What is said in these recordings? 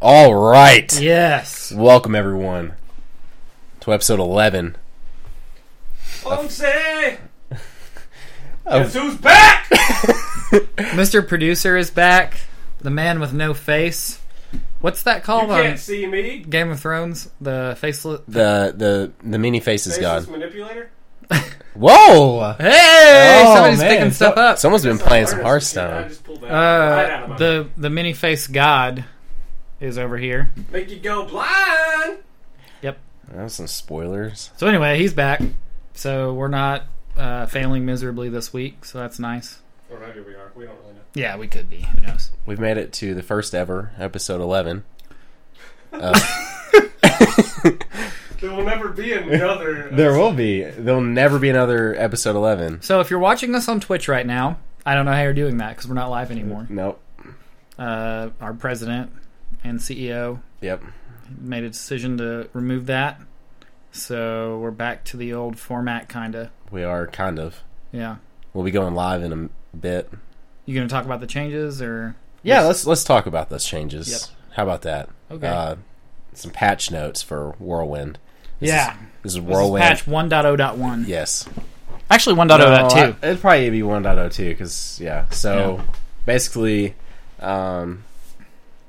All right. Yes. Welcome, everyone, to episode 11. Ponce! Oh. Guess who's back? Mr. Producer is back. The man with no face. What's that You called on can't see me. Game of Thrones? The faceless. The the the mini face is Faceless gone. manipulator. Whoa! Hey! Oh, somebody's man. picking stuff So- up. Someone's been That's playing not some artist. You can't- I Hearthstone. just pulled that right out of uh, my the the mini face god is over here. Make you go blind. Yep. That was some spoilers. So anyway, he's back. So we're not uh, failing miserably this week. So that's nice. Or maybe we are. We don't really know. Yeah, we could be. Who knows? We've made it to the first ever episode 11. There will never be another. There will be. There'll never be another episode 11. So if you're watching us on Twitch right now, I don't know how you're doing that because we're not live anymore. Nope. Uh, our president and E CEO Yep. made a decision to remove that. So we're back to the old format, kinda. We are kind of. Yeah. We'll be going live in a m- bit. You gonna talk about the changes or? Yeah, let's let's talk about those changes. How about that? Okay. Uh, some patch notes for Whirlwind. This yeah. Is, this is This is Whirlwind. patch 1.0.1. Yes. Actually, 1.0.2. I- it'd probably be 1.02 because yeah. So basically, um,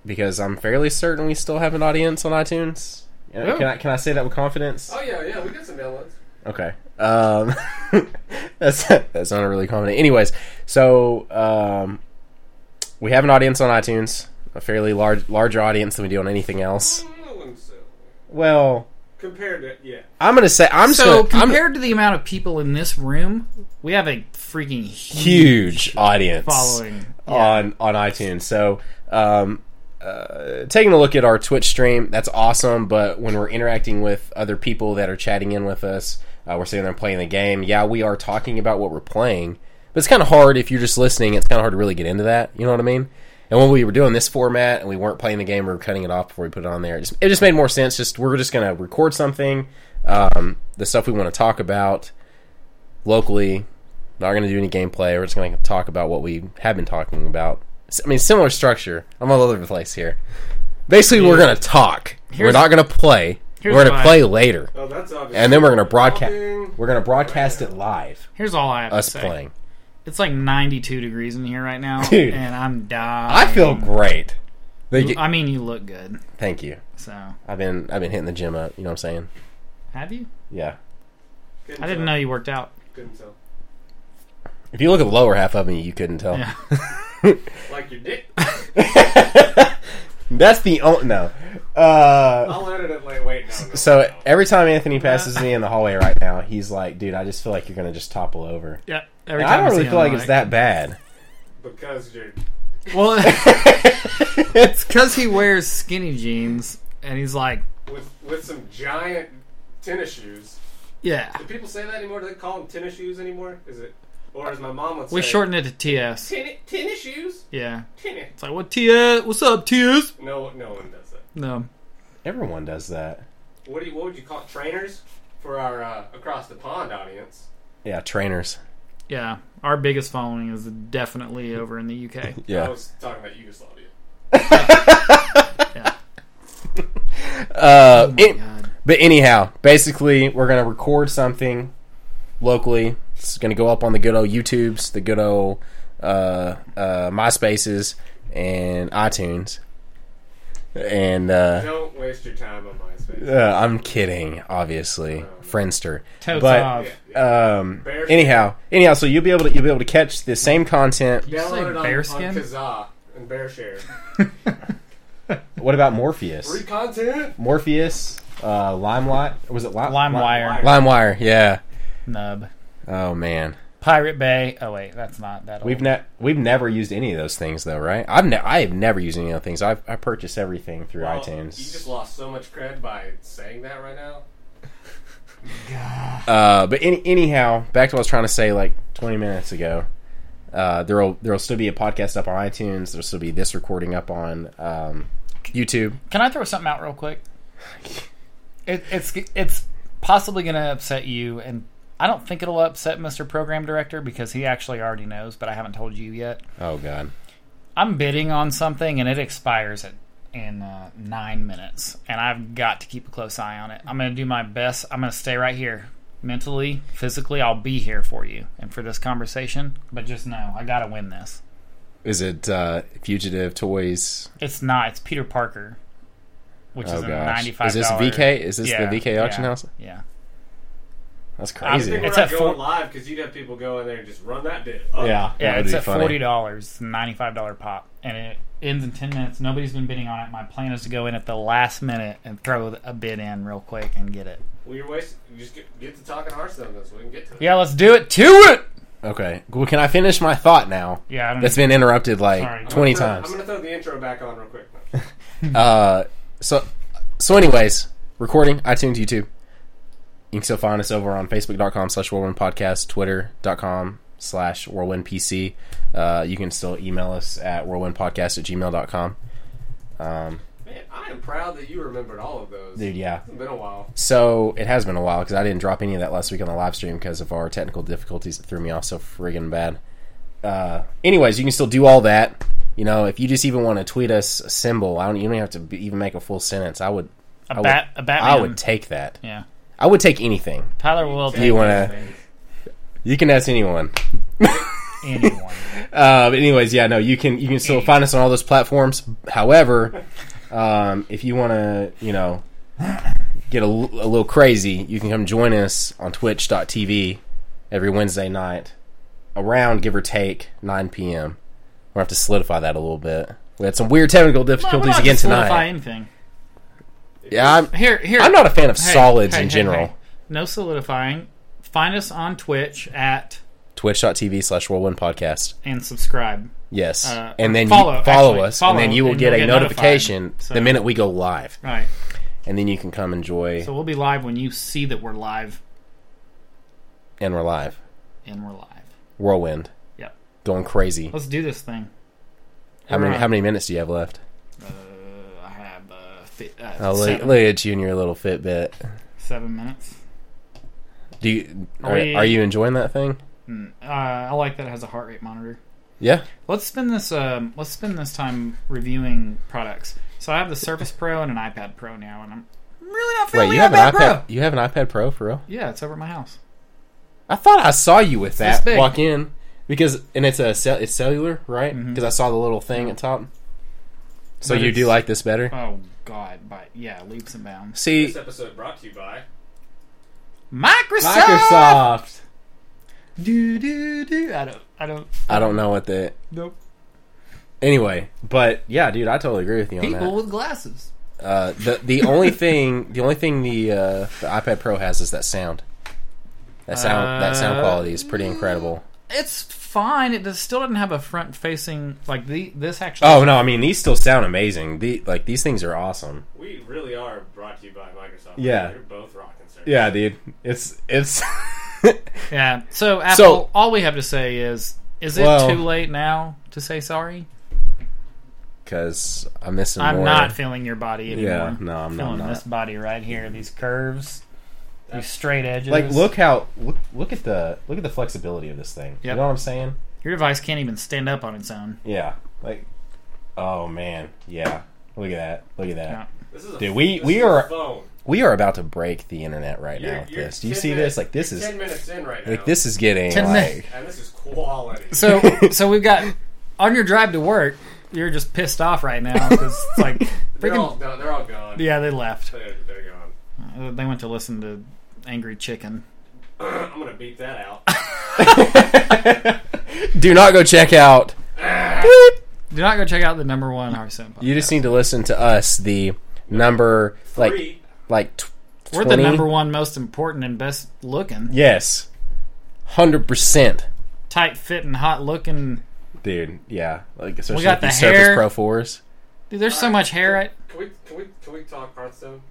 because I'm fairly certain we still have an audience on iTunes. Uh, Yeah. Can I can I say that with confidence? Oh yeah, yeah. We got some downloads. Okay. Um, that's that's not a really comment. Anyways, so um, we have an audience on iTunes, a fairly large larger audience than we do on anything else. Mm, I wouldn't say- Well, Compared to yeah, I'm gonna say I'm just so gonna- I'm- compared to the amount of people in this room, we have a freaking huge huge audience following. on on iTunes. So, um, uh, taking a look at our Twitch stream, that's awesome. But when we're interacting with other people that are chatting in with us, uh, we're sitting there playing the game. Yeah, we are talking about what we're playing, but it's kind of hard if you're just listening. It's kind of hard to really get into that. You know what I mean? And when we were doing this format and we weren't playing the game, we were cutting it off before we put it on there. It just, it just made more sense. Just we're just gonna record something, um, the stuff we want to talk about locally. Not going to do any gameplay. We're just going to talk about what we have been talking about. S- I mean, similar structure. I'm all over the place here. Basically, we're going to talk. we're Here's- not going to play. We're here's going to my- play later, oh that's obvious. and then we're going to broadcast. Talking. We're going to broadcast it live. Here's all I have Us to say. playing. It's like 92 degrees in here right now, Dude. and I'm dying. I feel great. They get- I mean, you look good. thank you. So, I've been I've been hitting the gym up. You know what I'm saying? have you? Yeah. Couldn't I didn't know tell. you worked out. Couldn't tell. If you look at the lower half of me, you couldn't tell. Yeah. Like your dick. That's the only no. Uh, I'll edit it later. Wait, no. no So no. every time Anthony passes me in the hallway right now, he's like, "Dude, I just feel like you're gonna just topple over." Yeah. And Every I time don't see really him, feel like I'm it's that bad. because you're Well, it's because he wears skinny jeans, and he's like, with with some giant tennis shoes. yeah. Do people say that anymore? Do they call them tennis shoes anymore? Is it, or as my mom would say, We shortened it to TS. tenni- tennis shoes. Yeah. Tennis. It's like, what TS? What's up, TS? No, no one does that. No. everyone does that. What do you, what would you call it? trainers for our uh, across the pond audience? Yeah, trainers. Yeah. Our biggest following is definitely over in the UK. I Yeah. was talking about Yugoslavia. Yeah. Uh, it- God. but anyhow, basically, we're gonna record something locally. It's gonna go up on the good old YouTubes, the good old uh, uh, MySpaces, and iTunes. And uh, Don't waste your time on MySpace. Uh, I'm kidding, obviously. Friendster. Totes but off. Yeah, yeah. um Bear- anyhow, anyhow, so you'll be able to you'll be able to catch the same content. you say Download it on, on Bearskin? Kazaa and Bearshare. What about Morpheus? Free content. Morpheus, uh Limelight, was it Lime LimeWire. LimeWire, yeah. Nub. Oh man. Pirate Bay. Oh, wait. That's not that old. We've ne- we've never used any of those things though, right? I've ne- I have never used any of those things. I've I purchase everything through Well, iTunes. You just lost so much cred by saying that right now. Uh, but any, anyhow, back to what I was trying to say like 20 minutes ago. Uh, there'll there'll still be a podcast up on iTunes. There'll still be this recording up on um, YouTube. Can I throw something out real quick? It, it's it's possibly going to upset you, and I don't think it'll upset Mr. Program Director because he actually already knows, but I haven't told you yet. Oh God, I'm bidding on something, and it expires at in uh, nine minutes, and I've got to keep a close eye on it. I'm going to do my best. I'm going to stay right here, mentally, physically. I'll be here for you and for this conversation. But just know, I got to win this. Is it uh, Fugitive Toys? It's not. It's Peter Parker, which Oh is a gosh, ninety-five. is this VK? Is this Yeah, the VK auction yeah, house? Yeah. That's I crazy. think we're It's not at four- going live because you'd have people go in there and just run that bit. Up. yeah, Yeah, that'd it's be at funny. forty dollars, ninety-five dollar pop, and it ends in ten minutes. Nobody's been bidding on it. My plan is to go in at the last minute and throw a bid in real quick and get it. Well, you're wasting. You just get, get to talking Hearthstone though, so we can get to it. Yeah, let's do it to it. Okay, well, can I finish my thought now? Yeah, I don't. That's been interrupted like Sorry. I'm twenty I'm gonna- times. I'm gonna throw the intro back on real quick. No. Uh, so, so anyways, recording, iTunes, YouTube. You can still find us over on Facebook.com slash Whirlwind Podcast, Twitter.com slash Whirlwind PC. Uh, you can still email us at whirlwindpodcast at gmail.com. Um, Man, I am proud that you remembered all of those. dude, yeah. It's been a while. So it has been a while because I didn't drop any of that last week on the live stream because of our technical difficulties that threw me off so friggin' bad. Uh, anyways, you can still do all that. You know, if you just even want to tweet us a symbol, I don't. You don't even have to be, even make a full sentence. I would. I A would- bat. A Batman. I would take that. yeah. I would take anything. Tyler will You take want to? You can ask anyone. anyone. Uh, but anyways, yeah, no, you can you can still find us on all those platforms. However, um, if you want to, you know, get a, l- a little crazy, you can come join us on Twitch.tv every Wednesday night around give or take 9 p.m. We're gonna have to solidify that a little bit. We had some weird technical Well, we're difficulties not again to solidify tonight. Anything. Yeah, I'm, Here, here. I'm not a fan of Hey, solids hey, in hey, general. hey. No solidifying. Find us on Twitch at Twitch.tv slash Whirlwind Podcast. and subscribe. Yes, Uh, and then follow, you follow actually, us, follow, and then you will and get a you'll get notification notified. So- the minute we go live, Right. and then you can come enjoy. So we'll be live when you see that we're live, and we're live. and we're live. Whirlwind, Yep. going crazy. Let's do this thing. How many Right. how many minutes do you have left? Uh, I have uh, fi- uh, Oh, look, seven, look at you and your little Fitbit. seven minutes. Do you Are are, we- are you enjoying that thing? Mm, uh, I like that it has a heart rate monitor. Yeah. Let's spend this. Um, let's spend this time reviewing products. So I have the Surface Pro and an iPad Pro now, and I'm really not feeling Wait, you the have iPad an Pro. iPad? You have an iPad Pro for real? Yeah, it's over at my house. I thought I saw you with this that big. walk in because and it's a cell, it's cellular right because I saw the little thing at top. So Mm-hmm. But you do it's- like this better? Oh God, but yeah, leaps and bounds. See, This episode brought to you by. Microsoft. Microsoft. Do do do. I don't. I don't. I don't know what the Nope. anyway, but yeah, dude, I totally agree with you on that. People with glasses. Uh, the the only thing the only thing the uh, the iPad Pro has is that sound. That sound that sound Uh, quality is pretty incredible. It's fine. It does, still doesn't have a front facing like the this actually. Oh no, I mean these still sound amazing. The like these things are awesome. We really are brought to you by Microsoft. Yeah. You're both rocking, sir. Yeah, dude, it's it's Yeah. So Apple, So- all we have to say is, is it Well- too late now to say sorry? because I'm missing. I'm more. not feeling your body anymore. Yeah, no, I'm not. feeling I'm this not. body right here, these curves, these straight edges. Like look how look look at the look at the flexibility of this thing. You Yep. know what I'm saying? your device can't even stand up on its own. Yeah. Like, oh man, yeah. Look at that. Look at that. Yeah. This is a, Dude, we- this we is a are- phone. We are about to break the internet right now You're- with you're this. Do you 10 see minutes- this? Like this you're is ten minutes in right now. like this is getting Ten like minutes. and this is quality. So so we've got on your drive to work, you're just pissed off right now because it's like they're all freaking. done. They're all gone. Yeah, they left. They're, they're gone. Uh, They went to listen to Angry Chicken. I'm gonna beat that out. Do not go check out. Do not go check out the number one Hearthstone podcast. You just need to listen to us, the number like Three. like tw- We're 20? the number one most important and best looking, Yes, hundred percent, tight fit and hot looking. dude. Yeah, like especially got with these the Surface hair. Pro fours. Dude, there's so much hair. At, Can we can we can we talk Hearthstone?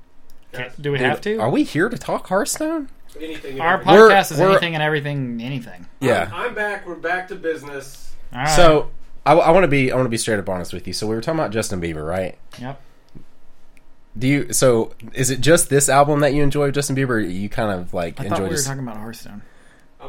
Can- Guys, do we Dude, have to? Are we here to talk Hearthstone? anything? and Our everything. We're- podcast is we're- anything and everything, anything. Yeah. I'm back. We're back to business. All right. So I, want to be I want to be straight up honest with you. So we were talking about Justin Bieber, right? yep. Do you? So is it just this album that you enjoy, of Justin Bieber? Or you kind of like I thought enjoy we were this? talking about Hearthstone.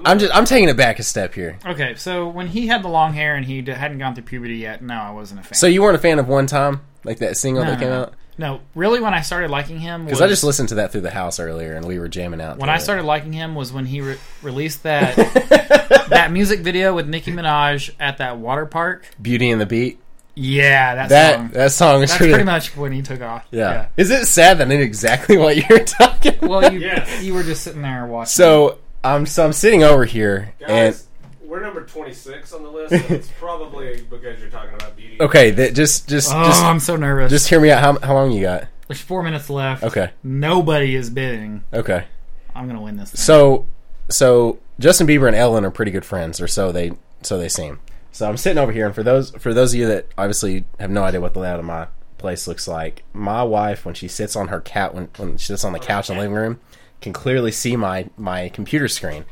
I'm just I'm taking it back a step here. Okay, so when he had the long hair and he d- hadn't gone through puberty yet, no, I wasn't a fan. So you weren't a fan of One Time? like that single No, that came no, no. out? No, really, when I started liking him, Because I just listened to that through the house earlier, and we were jamming out. when to I it. started liking him was when he re- released that that music video with Nicki Minaj at that water park. Beauty and the Beat, Yeah, that, that song. that song is That's really pretty much when he took off. yeah. Is it sad that I knew exactly what you're talking? about? Well, you Yes. you were just sitting there watching. so I'm so I'm sitting over here, and Guys, we're number 26 on the list, so it's probably because you're talking about beauty. okay, that just just oh, just I'm so nervous. just hear me out. How how long you got? There's four minutes left. Okay, Nobody is bidding. okay. I'm gonna win this. Thing. So so Justin Bieber and Ellen are pretty good friends, or so they so they seem. So I'm sitting over here, and for those for those of you that obviously have no idea what the layout of my place looks like, my wife when she sits on her cat when, when she sits on the couch in the living room can clearly see my my computer screen.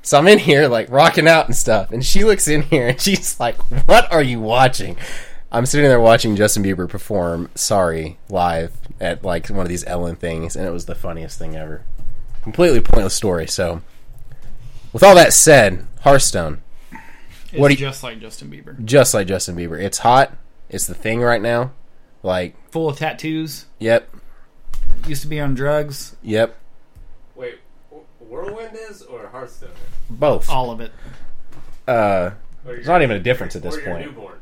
So I'm in here like rocking out and stuff, and she looks in here and she's like, "What are you watching?" I'm sitting there watching Justin Bieber perform "Sorry" live at like one of these Ellen things, and it was the funniest thing ever. Completely pointless story. So, with all that said, Hearthstone, It's what do you- just like Justin Bieber, just like Justin Bieber, it's hot. It's the thing right now. Like, full of tattoos. yep, Used to be on drugs. yep, Wait, wh- Whirlwind is or Hearthstone? both. Oh. All of it. Uh, Or there's not even a difference at this or your point. newborn.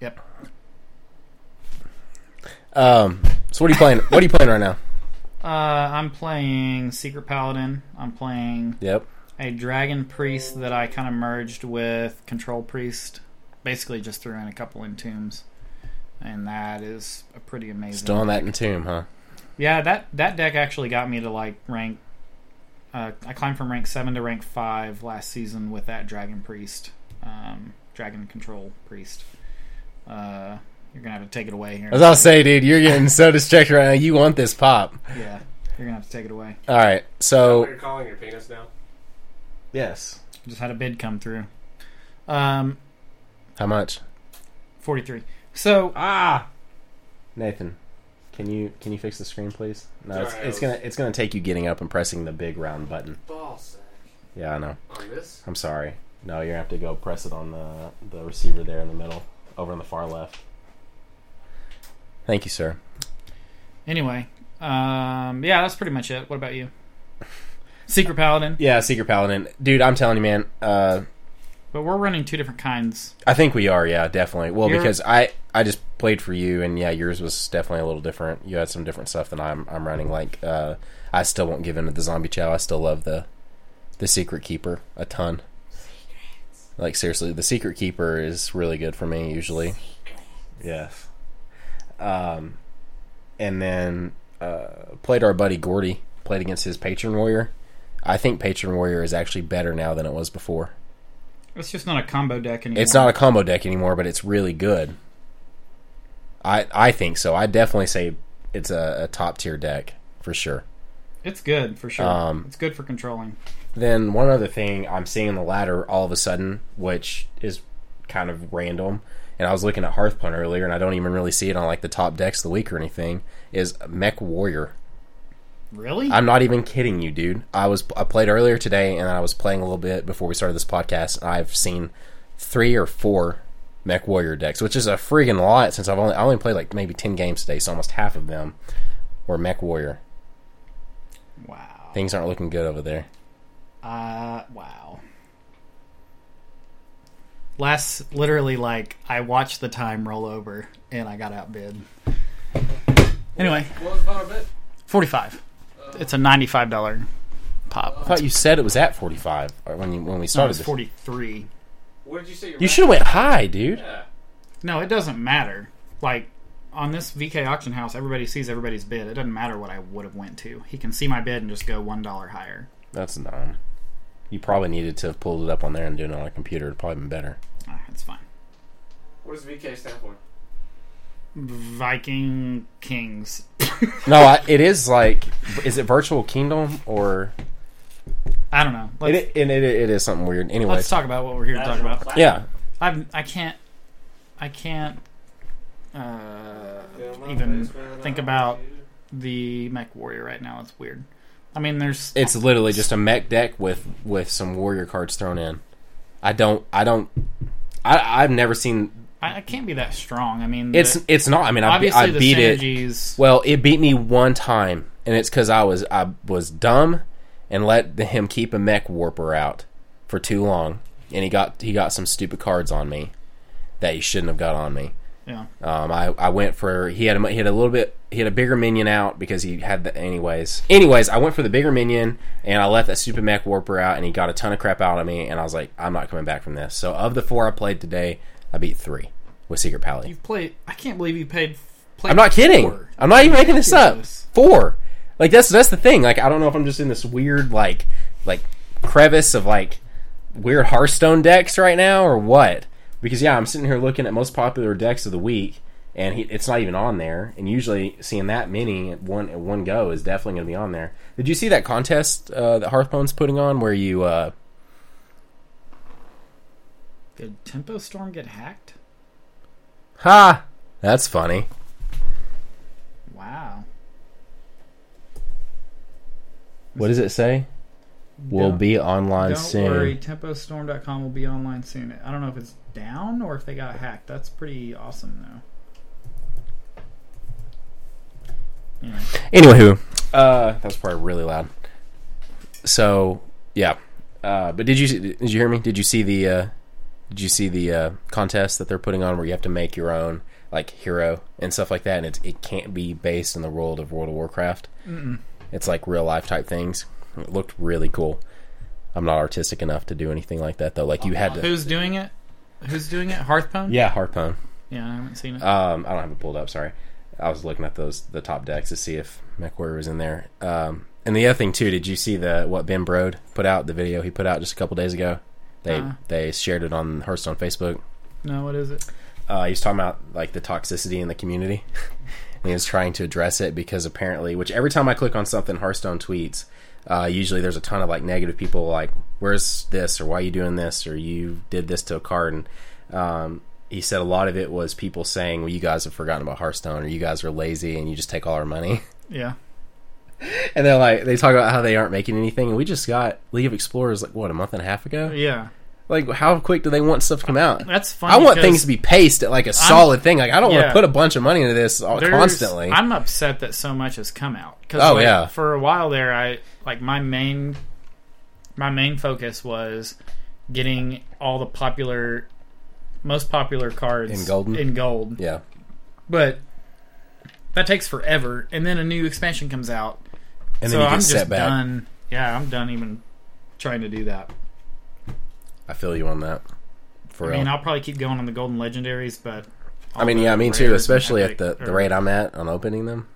Yep. Um, so what are you playing? what are you playing right now? Uh, I'm playing Secret Paladin. I'm playing Yep. a dragon priest that I kind of merged with control priest. Basically, just threw in a couple entombs, and that is a pretty amazing. Still on that in tomb, huh? Yeah, that that deck actually got me to like rank. Uh, I climbed from rank seven to rank five last season with that dragon priest, um, dragon control priest. Uh, you're gonna have to take it away here. As I'll say, dude, you're getting so distracted right now. You want this pop. Yeah, you're gonna have to take it away. All right. What So you're calling your penis now? yes. Just had a bid come through. Um, How much? forty three. So Ah, Nathan, can you can you fix the screen, please? No, it's, Sorry, I it's was- gonna it's gonna take you getting up and pressing the big round button. Ball sack. Yeah, I know. On this? I'm sorry. No, you're gonna have to go press it on the the receiver there in the middle, over on the far left. Thank you, sir. anyway, um, yeah, that's pretty much it. What about you? Secret Paladin. Yeah, Secret Paladin, dude. I'm telling you, man. Uh, But we're running two different kinds. I think we are, yeah, definitely. Well, You're- because I I just played for you, and yeah, yours was definitely a little different. You had some different stuff than I'm I'm running. Like uh, I still won't give in to the zombie chow. I still love the the secret keeper a ton. Like seriously, the secret keeper is really good for me usually. Yes. Um, and then uh, played our buddy Gordy. Played against his patron warrior. I think patron warrior is actually better now than it was before. It's just not a combo deck anymore. It's not a combo deck anymore, but it's really good. I I think so. I definitely say it's a, a top tier deck for sure. It's good for sure. Um, it's good for controlling. Then one other thing I'm seeing in the ladder all of a sudden, which is kind of random, and I was looking at Hearthpun earlier, and I don't even really see it on like the top decks of the week or anything. Is Mech Warrior? Really? I'm not even kidding you, dude. I was I played earlier today, and I was playing a little bit before we started this podcast. And I've seen three or four Mech Warrior decks, which is a friggin' lot. Since I've only I only played like maybe ten games today, so almost half of them were Mech Warrior. wow. Things aren't looking good over there. Uh, wow. Last, literally, like I watched the time roll over and I got outbid. Anyway, What was the bottom bit? forty-five. It's a ninety-five dollar pop. I thought you said it was at 45 or when you, when we No, started. it's this. forty-three. What did you say? Your You should have went high, dude. Yeah. No, it doesn't matter. Like on this VK auction house, everybody sees everybody's bid. It doesn't matter what I would have went to. He can see my bid and just go one dollar higher. That's dumb. You probably needed to have pulled it up on there and doing it on a computer. It'd probably been better. Ah, it's fine. What does VK stand for? Viking Kings. No, I, it is like, is it Virtual Kingdom or I don't know. Let's, it, and it, it is something weird. Anyway, let's talk about what we're here to talk about. yeah, I've, I can't, I can't uh, even think about the Mech Warrior right now. It's weird. I mean, there's it's literally just a mech deck with with some warrior cards thrown in. I don't, I don't, I, I've never seen I, I can't be that strong. I mean, It's the, it's not. I mean, I, be- obviously I the beat it. synergies. Well, it beat me one time, and it's because I was I was dumb and let the- him keep a mech warper out for too long, and he got he got some stupid cards on me that he shouldn't have got on me. yeah. Um, I, I went for he had a, he had a little bit he had a bigger minion out because he had the anyways anyways I went for the bigger minion and I left that stupid mech warper out and he got a ton of crap out of me and I was like I'm not coming back from this so of the four I played today I beat three with Secret Pally You've played. I can't believe you paid. played I'm not kidding four. I'm not even making this up Ridiculous. four like that's that's the thing like I don't know if I'm just in this weird like like crevice of like weird Hearthstone decks right now or what? Because yeah, I'm sitting here looking at most popular decks of the week, and he, it's not even on there. And usually, seeing that many at one at one go is definitely going to be on there. Did you see that contest uh, that Hearthstone's putting on where you? Uh, Did Tempo Storm get hacked? ha! That's funny. Wow. What does it say? Will Don't- be online Don't soon. worry, TempoStorm.com will be online soon. I don't know if it's down or if they got hacked. That's pretty awesome, though. Anyway, Anywho, uh, that was probably really loud. So yeah, uh, but did you did you hear me? Did you see the uh, did you see the uh, contest that they're putting on where you have to make your own like hero and stuff like that, and it's, it can't be based in the world of World of Warcraft. It's like real life type things. It looked really cool. I'm not artistic enough to do anything like that though. Like you had to, who's doing it? Who's doing it? Hearthpone? yeah, harpoon. Yeah, I haven't seen it. Um, I don't have it pulled up. Sorry, I was looking at those the top decks to see if MechWarrior was in there. Um, and the other thing too, did you see the what Ben Brode put out the video he put out just a couple days ago? They Uh-uh. they shared it on Hearthstone Facebook. no, what is it? Uh, he was talking about like the toxicity in the community, and he was trying to address it because apparently, which every time I click on something Hearthstone tweets, uh, usually there's a ton of like negative people like, "Where's this?" or "Why are you doing this?" or "You did this to a card." And um, he said a lot of it was people saying, "Well, you guys have forgotten about Hearthstone, or you guys are lazy and you just take all our money." Yeah. and they're like, they talk about how they aren't making anything, and we just got League of Explorers like what a month and a half ago. Yeah. Like, how quick do they want stuff to come out? That's funny. I want because things to be paced at like a solid thing. Like I don't want Yeah. to put a bunch of money into this all, there's- Oh, constantly. I'm upset that so much has come out. 'Cause, Oh, like, yeah. For a while there, I like my main my main focus was getting all the popular, most popular cards In Golden? In gold, yeah, but that takes forever. And then a new expansion comes out, and then so you get I'm just set back. done. Yeah, I'm done even trying to do that. I feel you on that. For I real. mean, I'll probably keep going on the golden legendaries, but I mean, all yeah, the me rares too. and Especially at epic- the, the or- rate I'm at on opening them.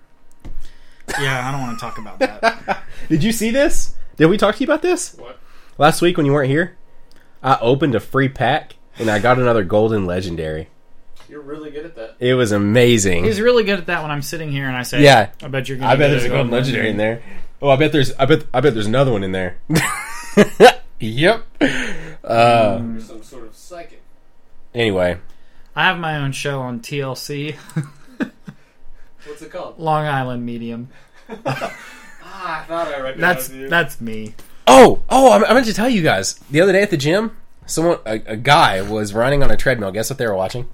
Yeah, I don't want to talk about that. Did you see this? Did we talk to you about this What? last week when you weren't here? I opened a free pack and I got another golden legendary. You're really good at that. It was amazing. He's really good at that when I'm sitting here and I say, Yeah. I bet you're. Gonna I bet get there's a golden legendary in there. Oh, I bet there's I bet I bet there's another one in there. yep. Uh, You're some sort of psychic. anyway, I have my own show on TLC, What's it called? Long Island Medium. Ah, I thought I That's recognized you. that's me. Oh, oh, I, I meant to tell you guys the other day at the gym, someone, a, a guy was running on a treadmill. Guess what they were watching?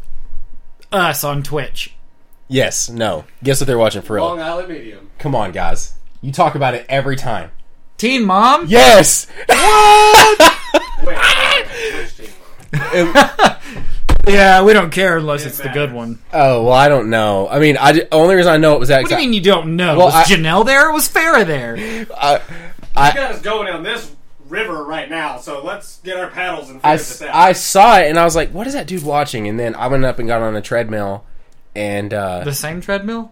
Us on Twitch. Yes, no. Guess what they were watching for real? Long Island Medium. Come on, guys. You talk about it every time. Teen Mom. Yes. Wait, wait, wait, wait, which team? Yeah, we don't care unless it's the good matters. one. oh well, I don't know. I mean, I ju- only reason I know it was that. What do you mean you don't know? Well, was I- Janelle there? Was Farah there? I, You got us going down this river right now, so let's get our paddles and figure I, this out. I saw it and I was like, "What is that dude watching?" And then I went up and got on a treadmill, and uh, The same treadmill?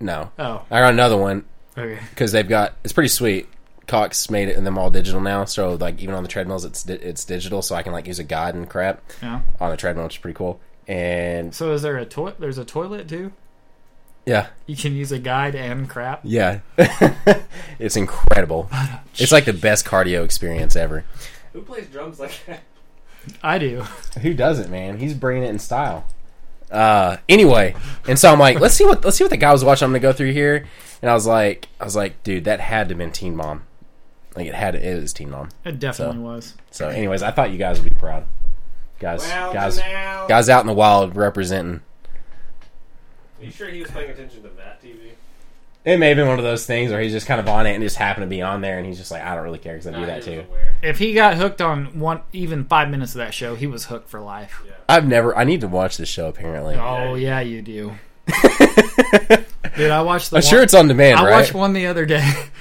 no, Oh, I got another one, okay. because they've got it's pretty sweet. Cox made it and them all digital now, so like even on the treadmills, it's di- it's digital, so I can like use a guide and crap Yeah. on the treadmill, which is pretty cool. And So is there a toilet? There's a toilet too. yeah, You can use a guide and crap. yeah, it's incredible. It's like the best cardio experience ever. Who plays drums like that? I do. Who does it, man? He's bringing it in style. Uh, anyway, and so I'm like, let's see what let's see what the guy was watching. I'm gonna go through here, and I was like, I was like, dude, that had to have been Teen Mom. Like it had it was Teen Mom. It definitely was. So, anyways, I thought you guys would be proud. Guys, Well, guys, now. guys out in the wild representing. Are you sure he was paying attention to that TV? It may have been one of those things where he's just kind of on it and just happened to be on there, and he's just like, I don't really care because I do Nah, that he too. was aware. If he got hooked on one, even five minutes of that show, he was hooked for life. I've never. I need to watch this show. Apparently, Oh yeah, you do. Dude, I watched the. I'm one, sure it's on demand, I right? watched one the other day.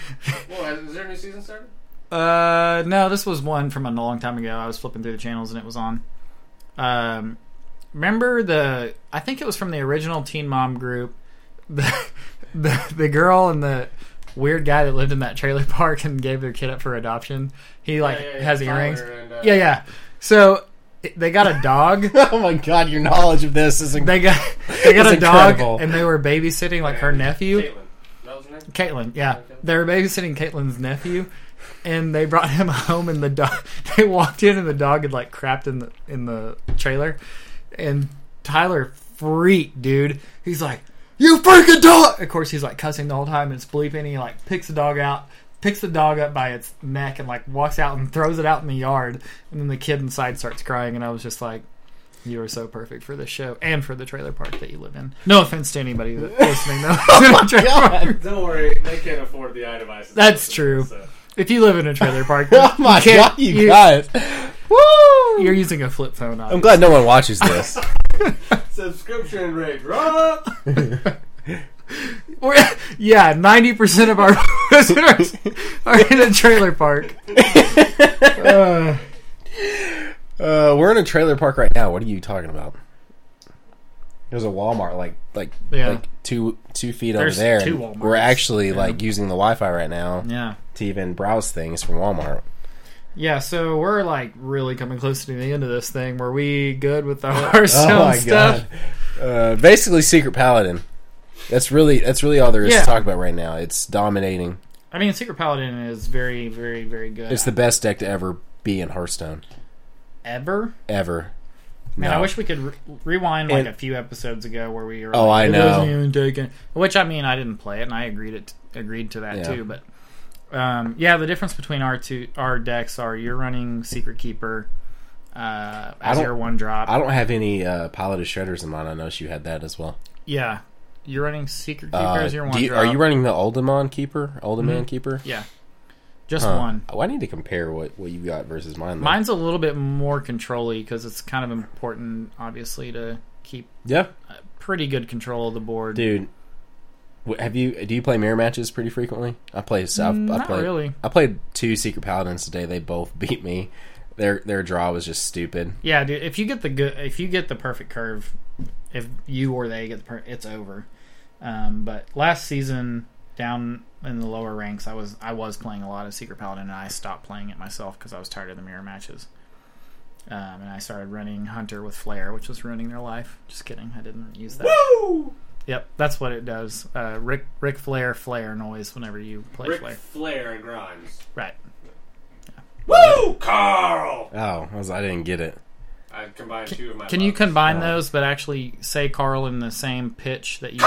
Well, has- is there a new season started? uh, no, this was one from a long time ago. I was flipping through the channels and it was on. Um, remember the? I think it was from the original Teen Mom group. The the, the girl and the weird guy that lived in that trailer park and gave their kid up for adoption. He like has Tyler earrings. and, uh, Yeah, yeah. So it- they got a dog. oh my god, your knowledge of this is They got they got That's a dog incredible. and they were babysitting like her and nephew. Caitlin. That was her name? Caitlin, yeah. Okay. They were babysitting Caitlin's nephew and they brought him home and the dog they walked in and the dog had like crapped in the in the trailer and Tyler freaked, dude. He's like, You freaking dog Of course he's like cussing the whole time and it's bleeping and he like picks the dog out picks the dog up by its neck and like walks out and throws it out in the yard and then the kid inside starts crying and I was just like you are so perfect for this show and for the trailer park that you live in. No offense to anybody that's listening, though. Don't worry, they can't afford the eye devices. That's true. So. If you live in a trailer park, oh my you can't- god, you, guys! Woo! You're using a flip phone. I'm Obviously. glad no one watches this. Subscription rate drop. We're- yeah, ninety percent of our visitors are in a trailer park. Uh, Uh, we're in a trailer park right now. What are you talking about? There's a Walmart like like Yeah. like two two feet There's over there. two and Walmarts. We're actually Yeah. like using the Wi-Fi right now yeah, to even browse things from Walmart. yeah. So we're like really coming close to the end of this thing. Were we good with our own stuff? Oh god! Uh, basically, Secret Paladin. That's really that's really all there is Yeah. to talk about right now. It's dominating. I mean, Secret Paladin is very, very, very good. It's the best deck to ever be in Hearthstone ever. ever. Man, I No. wish we could re- rewind like And- a few episodes ago where we were. Oh, I like, "It know." wasn't even taken." Which I mean, I didn't play it, and I agreed it agreed to that Yeah. too. But um, yeah, the difference between our two our decks are you're running Secret Keeper uh, as don't- your one drop. I don't have any uh, Pilot of Shredders in mind. I noticed you had that as well. yeah, you're running Secret Keeper Uh, as your do one you- drop. are you running the Oldemon Keeper? Oldemon Keeper? yeah, just Huh. one. Oh, I need to compare what, what you got versus mine. though. Mine's a little bit more controlly because it's kind of important, obviously, to keep Yeah, pretty good control of the board. dude. wh- Have you do you play mirror matches pretty frequently? I play. I've, I Not played, really. I played two Secret Paladins today. They both beat me. Their their draw was just stupid. Yeah, dude. If you get the good, if you get the perfect curve, if you or they get the per- it's over. Um, but last season, down in the lower ranks, I was I was playing a lot of Secret Paladin, and I stopped playing it myself because I was tired of the mirror matches. Um, and I started running Hunter with Flare, which was ruining their life. Just kidding, I didn't use that. Woo! Yep, that's what it does. Uh, Rick Rick Flair Flare noise whenever you play Ric Flare. Flair Grimes. Right. Woo! Carl! Oh, I, was, I didn't get it. I combined two of my. Can you buttons. combine those, but actually say Carl in the same pitch that you?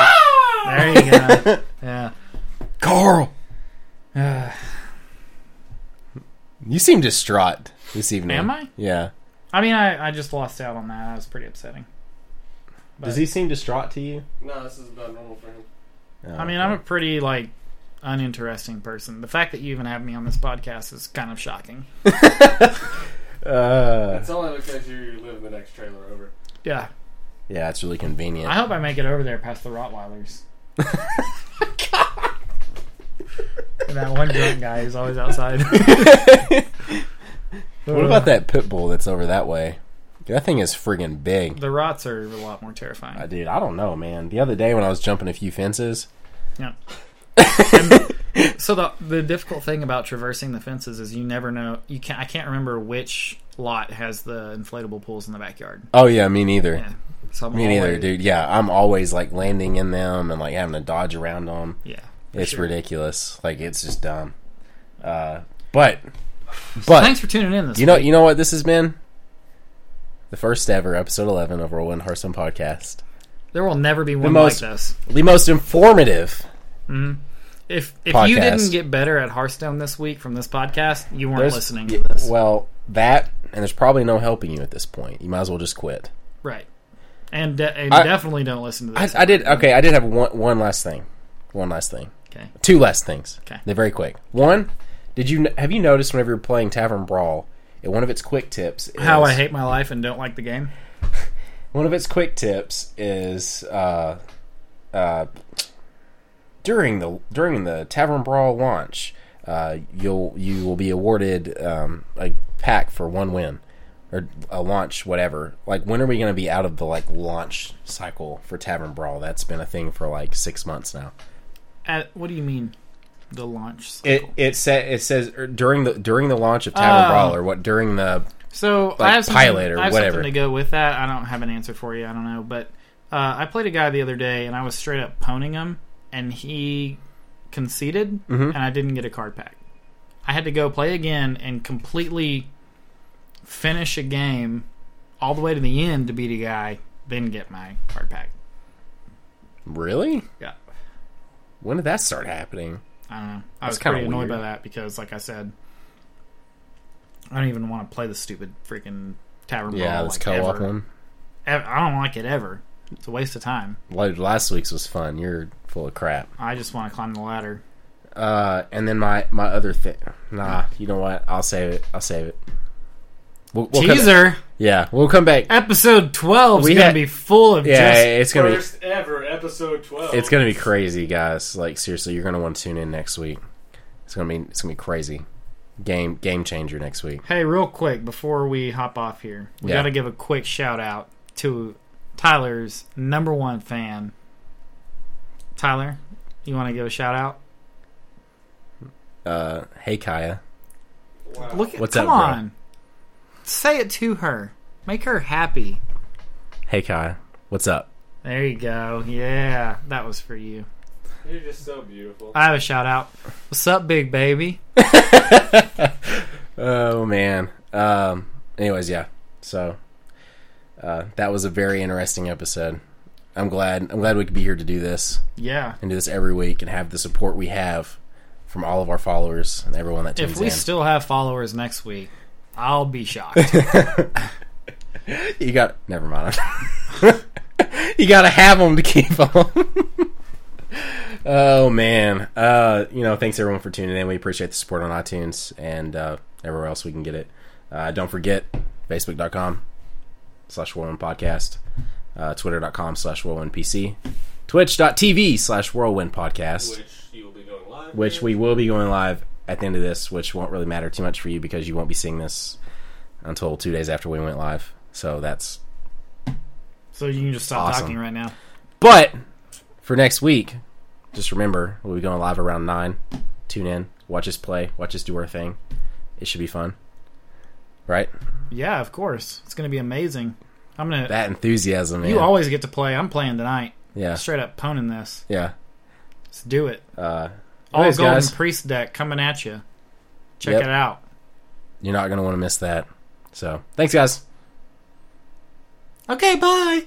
There you go. Yeah. Carl, Uh, you seem distraught this evening. Am I? Yeah. I mean, I, I just lost out on that. That was pretty upsetting. Does he seem distraught to you? No, this is about normal for him. Oh, I mean, I'm a pretty like uninteresting person. The fact that you even have me on this podcast is kind of shocking. Uh, It's only because you live in the next trailer over. Yeah. yeah, it's really I convenient. hope I make it over there past the Rottweilers. And that one drunk guy who's always outside. what about that pit bull that's over that way? That thing is friggin' big. The Rots are a lot more terrifying. Uh, dude, I don't know, man. The other day when I was jumping a few fences, Yeah. And so the the difficult thing about traversing the fences is you never know you can not I can't remember which lot has the inflatable pools in the backyard. oh yeah, me neither, Yeah. So I'm me neither, always- dude. Yeah, I'm always like landing in them and like having to dodge around them. Yeah. It's sure. ridiculous. Like it's just dumb. Uh, but, but Thanks for tuning in this you know, week. you know what this has been? The first ever episode eleven of Whirlwind Hearthstone podcast, There will never be one most- like this. the most informative. If if you Podcast. didn't get better at Hearthstone this week from this podcast, you weren't There's- listening y- to this. Well, that and there's probably no helping you at this point. You might as well just quit. Right. And, de- and I- definitely don't listen to I, this. I did okay. I did have one one last thing, one last thing, okay. two last things. Okay. they're very quick. One, did you have you noticed whenever you're playing Tavern Brawl, and one of its quick tips is, How I hate my life and don't like the game. one of its quick tips is uh, uh, during the during the Tavern Brawl launch, uh, you'll you will be awarded um, a pack for one win or a launch whatever. Like when are we going to be out of the like launch cycle for Tavern Brawl? That's been a thing for like 6 months now. At, what do you mean? The launch. cycle? It it sa- it says er, during the during the launch of Tavern Oh. Brawl or what during the So like, I have something- pilot or I have whatever. something to go with that. I don't have an answer for you. I don't know, but uh, I played a guy the other day, and I was straight up poning him, and he conceded, Mm-hmm. and I didn't get a card pack. I had to go play again and completely finish a game all the way to the end to beat a guy, then get my card pack. really Yeah, when did that start happening? I don't know. I That's was pretty kinda annoyed weird. by that because, like I said, I don't even want to play the stupid freaking tavern Yeah, brawl. this like, co-op ever. one. Ev- I don't like it ever. It's a waste of time. Like, Last week's was fun. You're full of crap. I just want to climb the ladder. Uh, and then my my other thing. Nah, you know what? I'll save it. I'll save it. We'll, we'll come- Teaser yeah, we'll come back. episode twelve We is gonna had- be full of Yeah, just. it's gonna be First ever episode 12. it's gonna be crazy, guys. Like seriously, you're gonna want to tune in next week. It's gonna be it's gonna be crazy. Game game changer next week. Hey, real quick before we hop off here, we Yeah. got to give a quick shout out to Tyler's number one fan. Tyler, you want to give a shout out? Uh, hey Kaya, Wow. Look, at What's up, come bro? on, say it to her, make her happy. hey Kaya, what's up? There you go. Yeah, that was for you. You're just so beautiful. I have a shout out. What's up, big baby? Oh man. Um. Anyways, yeah. So, uh, that was a very interesting episode. I'm glad. I'm glad we could be here to do this Yeah. and do this every week and have the support we have from all of our followers and everyone that tunes If we in. still have followers next week, I'll be shocked. you got. Never mind. you got to have them to keep them. oh man. Uh. You know. Thanks everyone for tuning in. We appreciate the support on iTunes and uh, everywhere else we can get it. Uh, don't forget facebook.com slash whirlwind podcast uh, twitter.com slash whirlwind pc twitch.tv slash whirlwind podcast Which you will be going live. which we will be going live at the end of this, which won't really matter too much for you because you won't be seeing this until two days after we went live. So that's. so you can just stop Awesome. talking right now. But for next week, just remember we'll be going live around nine. Tune in, watch us play, watch us do our thing. It should be fun, right? Yeah, of course. It's going to be amazing. I'm going to. That enthusiasm, man. You always get to play. I'm playing tonight. yeah, Straight up poning this. yeah. Let's do it. Uh, All anyways, Golden guys, Priest deck coming at you. Check Yep. it out. you're not gonna want to miss that. So thanks, guys. Okay, bye.